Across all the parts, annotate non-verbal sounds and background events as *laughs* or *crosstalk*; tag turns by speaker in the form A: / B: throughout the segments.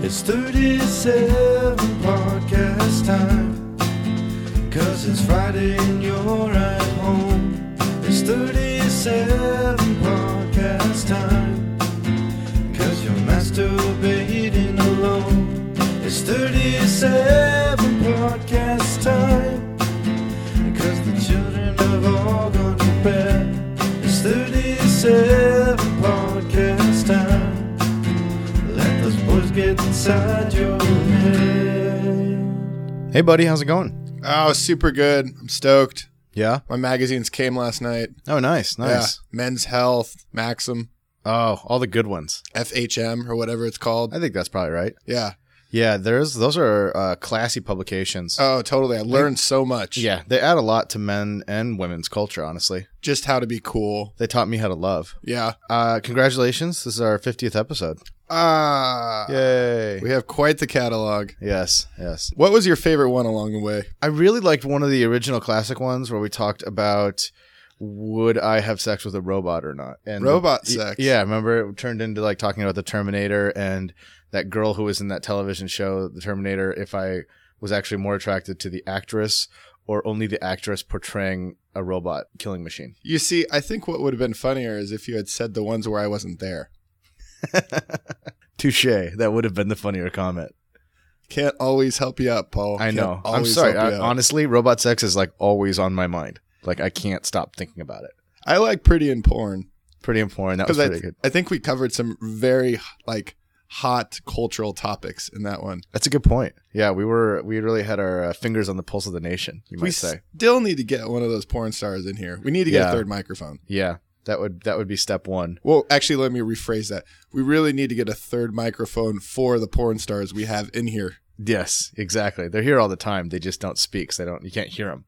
A: It's 37 podcast time. Cause it's Friday and you're at home. It's 37 podcast time. Cause you're masturbating alone. It's 37 podcast time. Cause the children have all gone to bed. It's 37 podcast time. Let those boys get inside your head.
B: Hey, buddy, how's it going?
C: Oh, super good. I'm stoked.
B: Yeah.
C: My magazines came last night.
B: Oh, nice, nice.
C: Yeah. Men's Health, Maxim,
B: Oh, all the good ones.
C: FHM, or whatever it's called.
B: I think that's probably right.
C: Yeah.
B: Yeah, there's those are uh, classy publications.
C: Oh, totally. I learned so much.
B: yeah, they add a lot to men and women's culture. Honestly,
C: Just how to be cool.
B: they taught me how to love.
C: Yeah.
B: Uh, congratulations, this is our 50th episode. Uh,
C: Ah.
B: Yay!
C: We have quite the catalog.
B: Yes, yes.
C: What was your favorite one along the way?
B: I really liked one of the original classic ones where we talked about would I have sex with a robot or not? And
C: Robot
B: y-
C: sex.
B: Yeah, remember it turned into like talking about the Terminator and that girl who was in that television show, The Terminator, if I was actually more attracted to the actress or only the actress portraying a robot killing machine.
C: You see, I think what would have been funnier is if you had said the ones where I wasn't there.
B: Touche. That would have been the funnier comment.
C: Can't always help you up, Paul.
B: I
C: Can't
B: know. I'm
C: always
B: sorry.
C: help you
B: I,
C: up.
B: honestly, robot sex is like always on my mind. Like I can't stop thinking about it.
C: I like pretty and porn.
B: Pretty important. That was
C: because I,
B: pretty good.
C: I think we covered some very like hot cultural topics in that one.
B: That's a good point. Yeah, we were we really had our uh, fingers on the pulse of the nation. You might
C: We
B: say.
C: still need to get one of those porn stars in here. We need to get
B: Yeah.
C: a third microphone.
B: Yeah, that would that would be step one.
C: Well, actually, let me rephrase that. We really need to get a third microphone for the porn stars we have in here.
B: Yes, exactly. They're here all the time. They just don't speak. 'cause they don't. You can't hear them.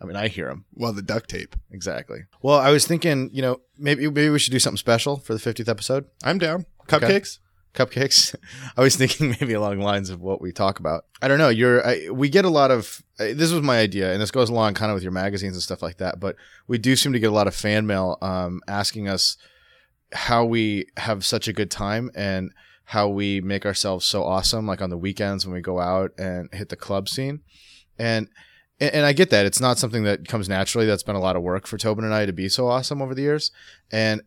B: I mean, I hear them
C: Well, the duct tape.
B: exactly. Well, I was thinking, you know, maybe maybe we should do something special for the fiftieth episode.
C: I'm down.
B: Okay.
C: Cupcakes.
B: Cupcakes. *laughs* I was thinking maybe along the lines of what we talk about. I don't know. You're. I, we get a lot of. I, this was my idea, and this goes along kind of with your magazines and stuff like that. But we do seem to get a lot of fan mail um, asking us how we have such a good time and how we make ourselves so awesome like on the weekends when we go out and hit the club scene and and and I get that it's not something that comes naturally that's been a lot of work for Tobin and I to be so awesome over the years and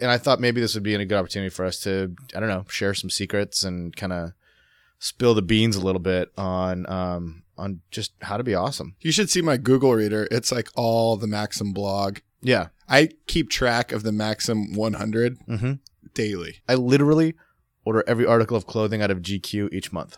B: and I thought maybe this would be a good opportunity for us to I don't know share some secrets and kind of spill the beans a little bit on um on just how to be awesome
C: You should see my Google Reader. It's like all the Maxim blog.
B: yeah
C: I keep track of the Maxim 100
B: mm-hmm.
C: daily.
B: I literally order every article of clothing out of GQ each month.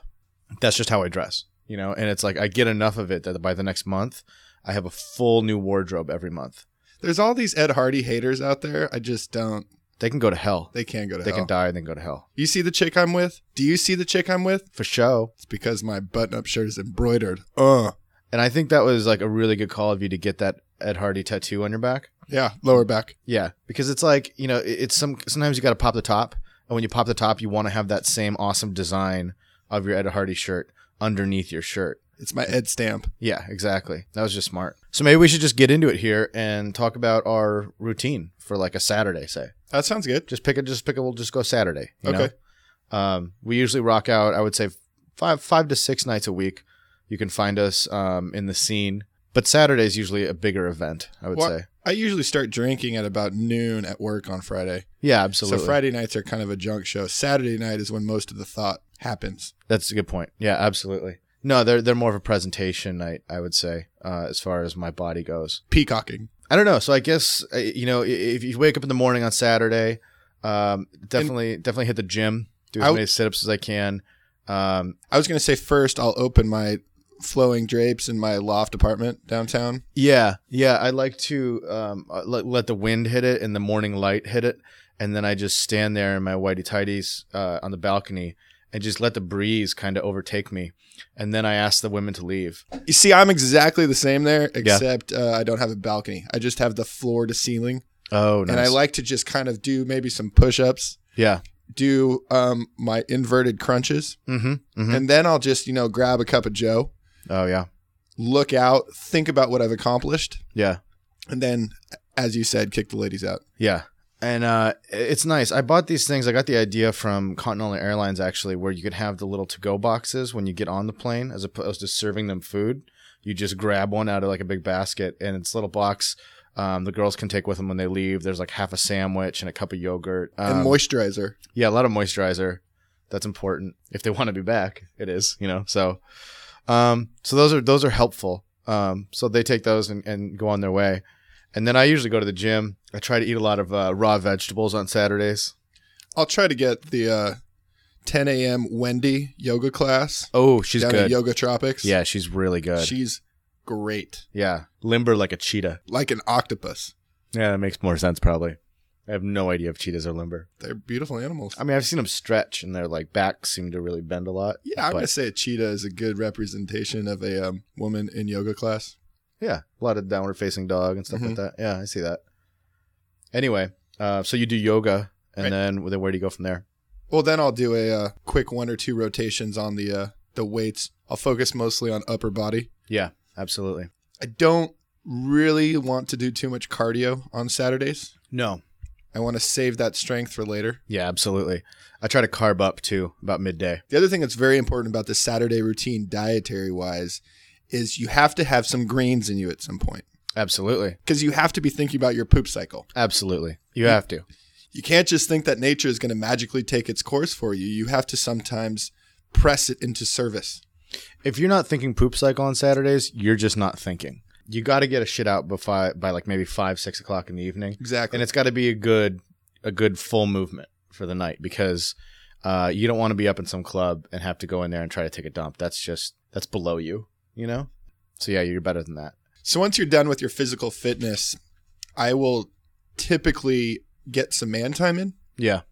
B: That's just how I dress, you know. And it's like I get enough of it that by the next month, I have a full new wardrobe every month.
C: There's all these Ed Hardy haters out there. I just don't.
B: They can go to hell. They,
C: They can't go to
B: can
C: hell.
B: die and then go to hell
C: You see the chick I'm with? Do you see the chick I'm with?
B: for show.
C: It's because my button up shirt is embroidered. Uh.
B: And I think that was like a really good call of you to get that Ed Hardy tattoo on your back.
C: Yeah, lower back.
B: Yeah, because it's like you know, it- it's some sometimes you got to pop the top, and when you pop the top, you want to have that same awesome design of your Ed Hardy shirt underneath your shirt.
C: It's my Ed stamp.
B: Yeah, exactly. That was just smart. So maybe we should just get into it here and talk about our routine for like a Saturday, say.
C: That sounds good.
B: Just pick a just pick a we'll just go Saturday. You
C: Okay.
B: Know? Um we usually rock out, I would say five five to six nights a week. You can find us um in the scene. But Saturday is usually a bigger event, I would
C: Well,
B: say.
C: I usually start drinking at about noon at work on Friday.
B: Yeah, absolutely.
C: So Friday nights are kind of a junk show. Saturday night is when most of the thought happens.
B: That's a good point. Yeah, absolutely. No, they're they're more of a presentation night, I would say, uh, as far as my body goes.
C: Peacocking.
B: I don't know. So I guess uh, you know i- if you wake up in the morning on Saturday, um, definitely definitely hit the gym, do as
C: I w-
B: many sit ups as I can. Um,
C: I was going to say first, I'll open my flowing drapes in my loft apartment downtown.
B: yeah, yeah. I like to um, uh, let, let the wind hit it and the morning light hit it, and then I just stand there in my whitey tighties uh, on the balcony and just let the breeze kind of overtake me, and then I ask the women to leave.
C: You see, I'm exactly the same there, except uh, I don't have a balcony. I just have the floor to ceiling.
B: Oh, nice.
C: And I like to just kind of do maybe some push ups,
B: yeah.
C: do um, my inverted crunches.
B: Mm-hmm. mm-hmm.
C: and then I'll just you know grab a cup of Joe,
B: oh yeah.
C: look out, think about what I've accomplished,
B: Yeah.
C: and then, as you said, kick the ladies out.
B: Yeah. and uh, it's nice. I bought these things. I got the idea from Continental Airlines actually, where you could have the little to-go boxes when you get on the plane, as opposed to serving them food. You just grab one out of like a big basket, and it's a little box. Um, the girls can take with them when they leave. There's like half a sandwich and a cup of yogurt. Um,
C: and moisturizer.
B: yeah, a lot of moisturizer. That's important if they want to be back. It is, you know. So, um, so those are those are helpful. Um, so they take those and, and go on their way. And then I usually go to the gym. I try to eat a lot of uh, raw vegetables on Saturdays.
C: I'll try to get the uh, 10 a.m. Wendy yoga class
B: Oh, she's
C: down at
B: good.
C: Yoga Tropics.
B: Yeah, she's really good.
C: she's great,
B: yeah, limber like a cheetah.
C: like an octopus.
B: Yeah, that makes more sense probably. I have no idea if cheetahs are limber.
C: They're beautiful animals.
B: I mean, I've seen them stretch, and their like backs seem to really bend a lot.
C: yeah, I'm
B: but-
C: gonna say a cheetah is a good representation of a um, woman in yoga class.
B: Yeah, a lot of downward facing dog and stuff
C: Mhm.
B: like that. Yeah, I see that. Anyway, uh, so you do yoga, and
C: Right.
B: then then where do you go from there?
C: Well, then I'll do a uh, quick one or two rotations on the uh, the weights. I'll focus mostly on upper body.
B: Yeah, absolutely.
C: I don't really want to do too much cardio on Saturdays.
B: No.
C: I want to save that strength for later.
B: Yeah, absolutely. I try to carb up too about midday.
C: The other thing that's very important about the Saturday routine, dietary wise, is you have to have some greens in you at some point
B: Absolutely,
C: because you have to be thinking about your poop cycle.
B: absolutely. You have to.
C: You can't just think that nature is going to magically take its course for you. You have to sometimes press it into service.
B: If you're not thinking poop cycle on Saturdays, you're just not thinking. You got to get a shit out by by like maybe five six o'clock in the evening.
C: Exactly.
B: and it's got to be a good a good full movement for the night because uh, you don't want to be up in some club and have to go in there and try to take a dump. That's just that's below you, you know. So yeah, you're better than that.
C: So once you're done with your physical fitness, I will typically get some man time in.
B: Yeah,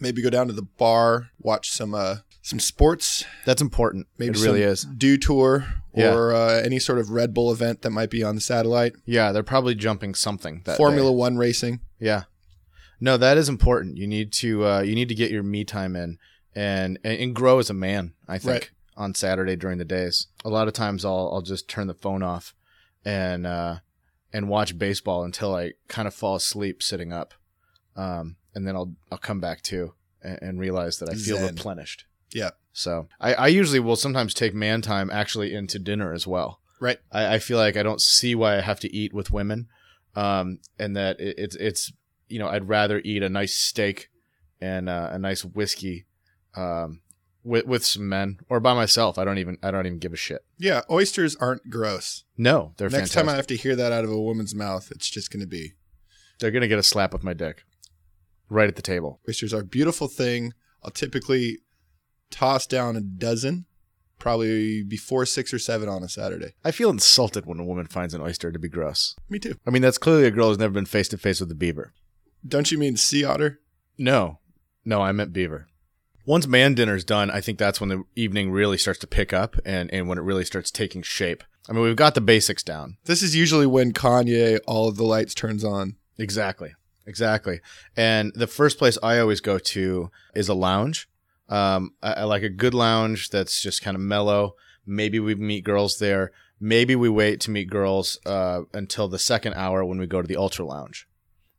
C: Maybe go down to the bar, watch some uh, some sports,
B: that's important.
C: Maybe
B: it really
C: some-
B: is.
C: do tour,
B: Yeah.
C: or uh, any sort of Red Bull event that might be on the satellite.
B: Yeah, they're probably jumping something. That
C: Formula
B: day.
C: One racing.
B: Yeah, no, that is important. You need to uh, you need to get your me time in and and, and grow as a man. I think
C: Right.
B: on Saturday during the days. A lot of times I'll I'll just turn the phone off and uh, and watch baseball until I kind of fall asleep sitting up, um, and then I'll I'll come back to and, and realize that I feel
C: Zen.
B: replenished.
C: Yeah.
B: So I, I usually will sometimes take man time actually into dinner as well.
C: Right.
B: I, I feel like I don't see why I have to eat with women, um, and that it, it's it's you know I'd rather eat a nice steak and uh, a nice whiskey. Um, with with some men or by myself. I don't even I don't even give a shit.
C: Yeah, oysters aren't gross.
B: No, they're
C: Next
B: fantastic.
C: time I have to hear that out of a woman's mouth, it's just going to be
B: they're gonna get a slap with my dick, right at the table.
C: oysters are a beautiful thing. I'll typically toss down a dozen, probably before six or seven on a Saturday.
B: I feel insulted when a woman finds an oyster to be gross.
C: Me too.
B: I mean, that's clearly a girl who's never been face to face with a beaver.
C: Don't you mean sea otter?
B: No, no, I meant beaver. Once man dinner's done, I think that's when the evening really starts to pick up and, and when it really starts taking shape. I mean, we've got the basics down.
C: This is usually when Kanye all of the lights turns on.
B: Exactly. Exactly. And the first place I always go to is a lounge. Um, I, I like a good lounge that's just kind of mellow. Maybe we meet girls there. Maybe we wait to meet girls uh, until the second hour when we go to the ultra lounge.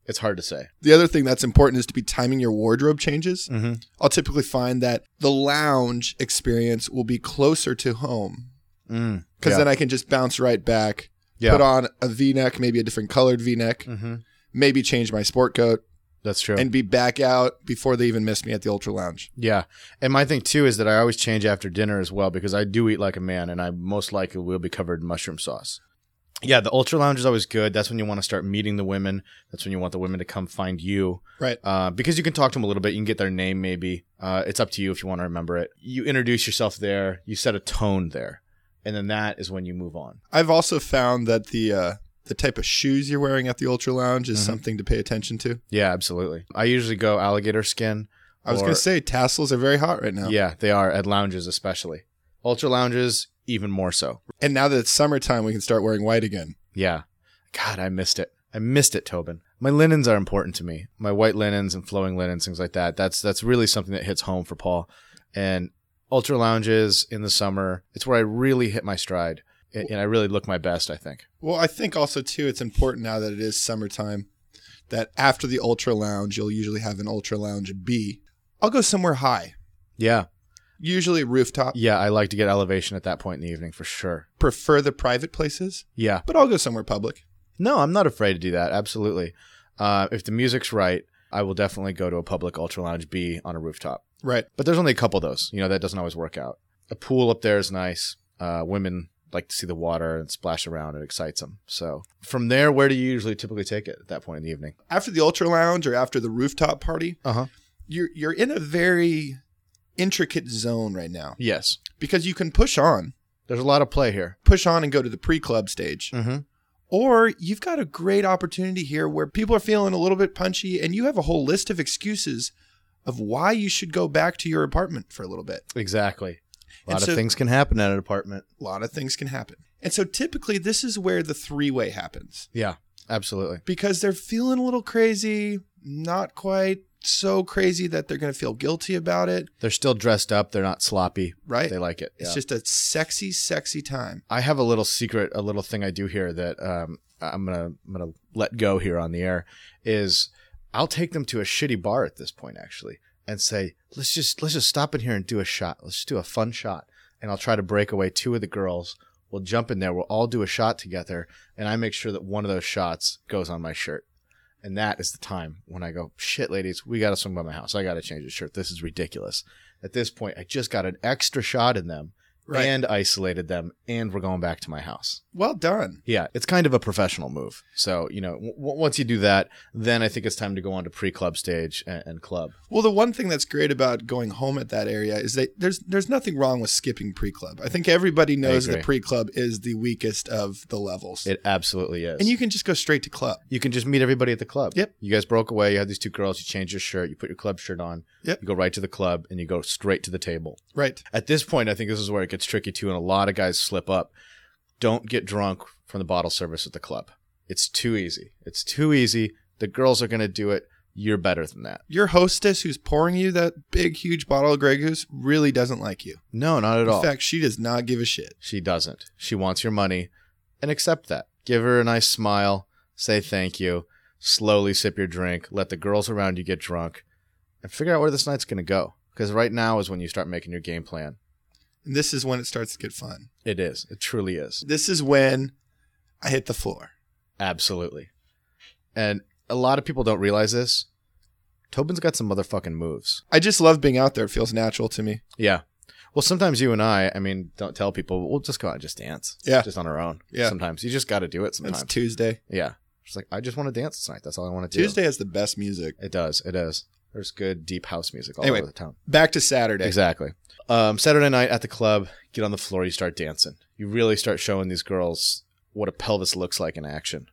B: It's hard to say.
C: The other thing that's important is to be timing your wardrobe changes.
B: Mm-hmm.
C: I'll typically find that the lounge experience will be closer to home
B: Mm.
C: because
B: Yeah.
C: then I can just bounce right back,
B: yeah.
C: put on a V-neck, maybe a different colored V-neck,
B: mm-hmm.
C: maybe change my sport coat,
B: That's true.
C: and be back out before they even miss me at the ultra lounge.
B: Yeah. And my thing too is that I always change after dinner as well because I do eat like a man and I most likely will be covered in mushroom sauce. Yeah, the ultra lounge is always good. That's when you want to start meeting the women. That's when you want the women to come find you.
C: Right.
B: Uh, because you can talk to them a little bit. You can get their name maybe. Uh, it's up to you if you want to remember it. You introduce yourself there. You set a tone there. And then that is when you move on.
C: I've also found that the uh, the type of shoes you're wearing at the ultra lounge is
B: Mhm.
C: something to pay attention to.
B: Yeah, absolutely. I usually go alligator skin.
C: I was
B: or-
C: going to say tassels are very hot right now.
B: Yeah, they are at lounges especially. Ultra lounges even more so.
C: And now that it's summertime, we can start wearing white again.
B: Yeah. God, I missed it. I missed it, Tobin. My linens are important to me. My white linens and flowing linens, things like that. That's that's really something that hits home for Paul. And ultra lounges in the summer, it's where I really hit my stride and, and I really look my best, I think.
C: Well, I think also too, it's important now that it is summertime that after the ultra lounge, you'll usually have an ultra lounge B. I'll go somewhere high,
B: Yeah.
C: usually rooftop.
B: Yeah. I like to get elevation at that point in the evening for sure.
C: Prefer the private places,
B: Yeah.
C: but I'll go somewhere public.
B: No, I'm not afraid to do that. Absolutely. Uh, if the music's right, I will definitely go to a public ultra lounge B on a rooftop.
C: Right.
B: But there's only a couple of those. You know, that doesn't always work out. A pool up there is nice. Uh, women like to see the water and splash around. It excites them. So from there, where do you usually typically take it at that point in the evening?
C: After the ultra lounge or after the rooftop party,
B: Uh-huh.
C: you're you're in a very intricate zone right now
B: Yes.
C: because you can push on,
B: There's a lot of play here.
C: push on and go to the pre-club stage.
B: Mm-hmm.
C: Or you've got a great opportunity here where people are feeling a little bit punchy and you have a whole list of excuses of why you should go back to your apartment for a little bit.
B: Exactly. A
C: And
B: lot
C: so-
B: of things can happen at an apartment.
C: A lot of things can happen. And so typically this is where the three-way happens
B: Yeah, absolutely.
C: because they're feeling a little crazy, not quite so crazy that they're going to feel guilty about it,
B: They're still dressed up. They're not sloppy.
C: right?
B: They like it.
C: It's
B: Yeah.
C: just a sexy sexy time.
B: I have a little secret, a little thing I do here that um, I'm gonna I'm gonna let go here on the air is I'll take them to a shitty bar at this point actually and say let's just let's just stop in here and do a shot. Let's just do a fun shot, and I'll try to break away two of the girls. We'll jump in there. We'll all do a shot together, and I make sure that one of those shots goes on my shirt. And that is the time when I go, shit, ladies, we got to swing by my house. I got to change the shirt. This is ridiculous. At this point, I just got an extra shot in them
C: Right.
B: and isolated them and we're going back to my house
C: well done.
B: yeah it's kind of a professional move so you know w- w- once you do that then i think it's time to go on to pre-club stage and, and club
C: Well, the one thing that's great about going home at that area is that there's there's nothing wrong with skipping pre-club. I think everybody knows
B: agree.
C: the pre-club is the weakest of the levels.
B: it absolutely is
C: and you can just go straight to club.
B: you can just meet everybody at the club
C: Yep.
B: you guys broke away you had these two girls you change your shirt you put your club shirt on
C: Yep.
B: you go right to the club and you go straight to the table
C: Right.
B: at this point i think this is where it gets tricky too and a lot of guys slip up don't get drunk from the bottle service at the club it's too easy it's too easy the girls are going to do it you're better than that
C: Your hostess who's pouring you that big huge bottle of Grey Goose really doesn't like you.
B: no not at
C: In
B: all
C: fact, she does not give a shit.
B: She doesn't. She wants your money and accept that. Give her a nice smile, say thank you, slowly sip your drink, let the girls around you get drunk, and figure out where this night's going to go. Because right now is when you start making your game plan.
C: And this is when it starts to get fun.
B: It is. It truly is.
C: This is when I hit the floor.
B: Absolutely. And a lot of people don't realize this. Tobin's got some motherfucking moves.
C: I just love being out there. It feels natural to me.
B: Yeah. Well, sometimes you and I, I mean, don't tell people, but we'll just go out and just dance.
C: Yeah.
B: Just on our own.
C: Yeah.
B: Sometimes you just got to do it sometimes.
C: It's Tuesday.
B: yeah. She's like, I just want to dance tonight. That's all I want to do.
C: Tuesday has the best music.
B: It does. It is. There's good deep house music all
C: Anyway,
B: over the town.
C: Back to Saturday.
B: Exactly. Um, Saturday night at the club, get on the floor, you start dancing. You really start showing these girls what a pelvis looks like in action.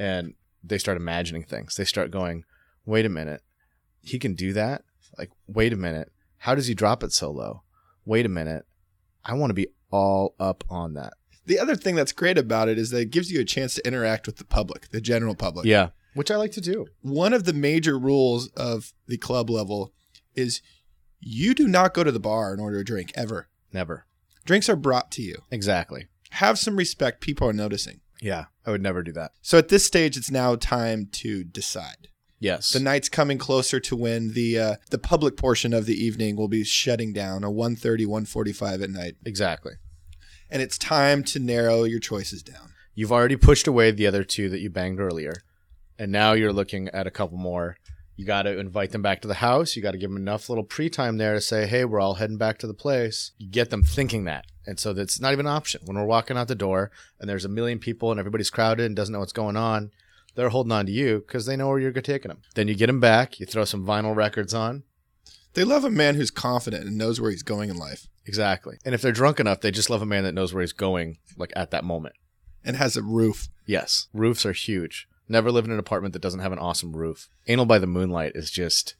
B: And they start imagining things. They start going, wait a minute, he can do that? Like, wait a minute, how does he drop it so low? Wait a minute, I want to be all up on that.
C: The other thing that's great about it is that it gives you a chance to interact with the public, the general public.
B: Yeah. Which I like to do.
C: One of the major rules of the club level is you do not go to the bar and order a drink ever.
B: Never.
C: Drinks are brought to you.
B: Exactly.
C: Have some respect. People are noticing.
B: Yeah. I would never do that.
C: So at this stage, it's now time to decide.
B: Yes.
C: The night's coming closer to when the uh, the public portion of the evening will be shutting down, a 1.30, 1.45 at night,
B: exactly.
C: and it's time to narrow your choices down.
B: You've already pushed away the other two that you banged earlier, and now you're looking at a couple more. You got to invite them back to the house. You got to give them enough little pre time there to say, hey, we're all heading back to the place. You get them thinking that. And so that's not even an option. When we're walking out the door and there's a million people and everybody's crowded and doesn't know what's going on, they're holding on to you because they know where you're taking them. Then you get them back. You throw some vinyl records on.
C: They love a man who's confident and knows where he's going in life.
B: Exactly. And if they're drunk enough, they just love a man that knows where he's going, like at that moment.
C: and has a roof.
B: Yes. Roofs are huge. Never live in an apartment that doesn't have an awesome roof. Anal by the moonlight is just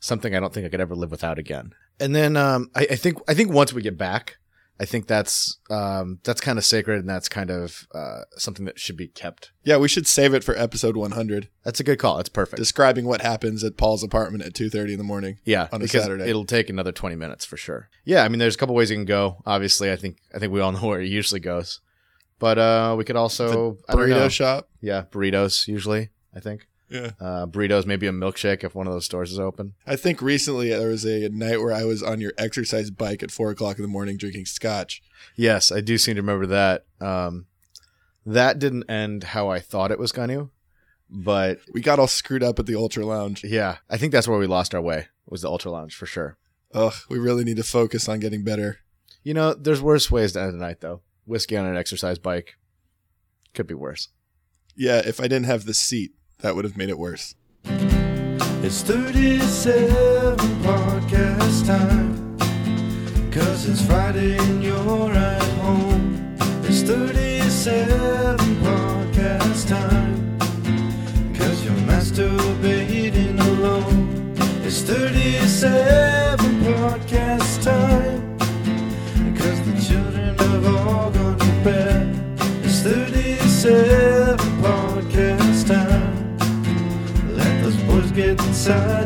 B: something I don't think I could ever live without again. And then um, I, I think I think once we get back, I think that's um, that's kind of sacred and that's kind of uh, something that should be kept.
C: Yeah, we should save it for episode 100,
B: That's a good call. That's perfect.
C: describing what happens at Paul's apartment at 2:30 in the morning.
B: yeah,
C: on a
B: because
C: Saturday.
B: it'll take another twenty minutes for sure. Yeah, I mean, there's a couple ways you can go. Obviously, I think I think we all know *laughs* where it usually goes, but uh, we could also I don't know.
C: Burrito shop.
B: Yeah, burritos usually. I think.
C: Yeah.
B: Uh, burritos, maybe a milkshake if one of those stores is open.
C: I think recently there was a night where I was on your exercise bike at four o'clock in the morning drinking scotch.
B: Yes, I do seem to remember that. Um, that didn't end how I thought it was going to, but
C: We got all screwed up at the Ultra Lounge.
B: yeah, I think that's where we lost our way was the Ultra Lounge for sure.
C: Ugh, we really need to focus on getting better.
B: You know, there's worse ways to end a night though. Whiskey on an exercise bike could be worse.
C: Yeah, if I didn't have the seat, that would have made it worse.
A: It's 37 podcast time. Cause it's Friday and you're at home. It's 37 podcast time. Cause you're masturbating alone. It's 37 podcast time. Cause the children have all gone to bed. It's 37 podcast time. Let those boys get inside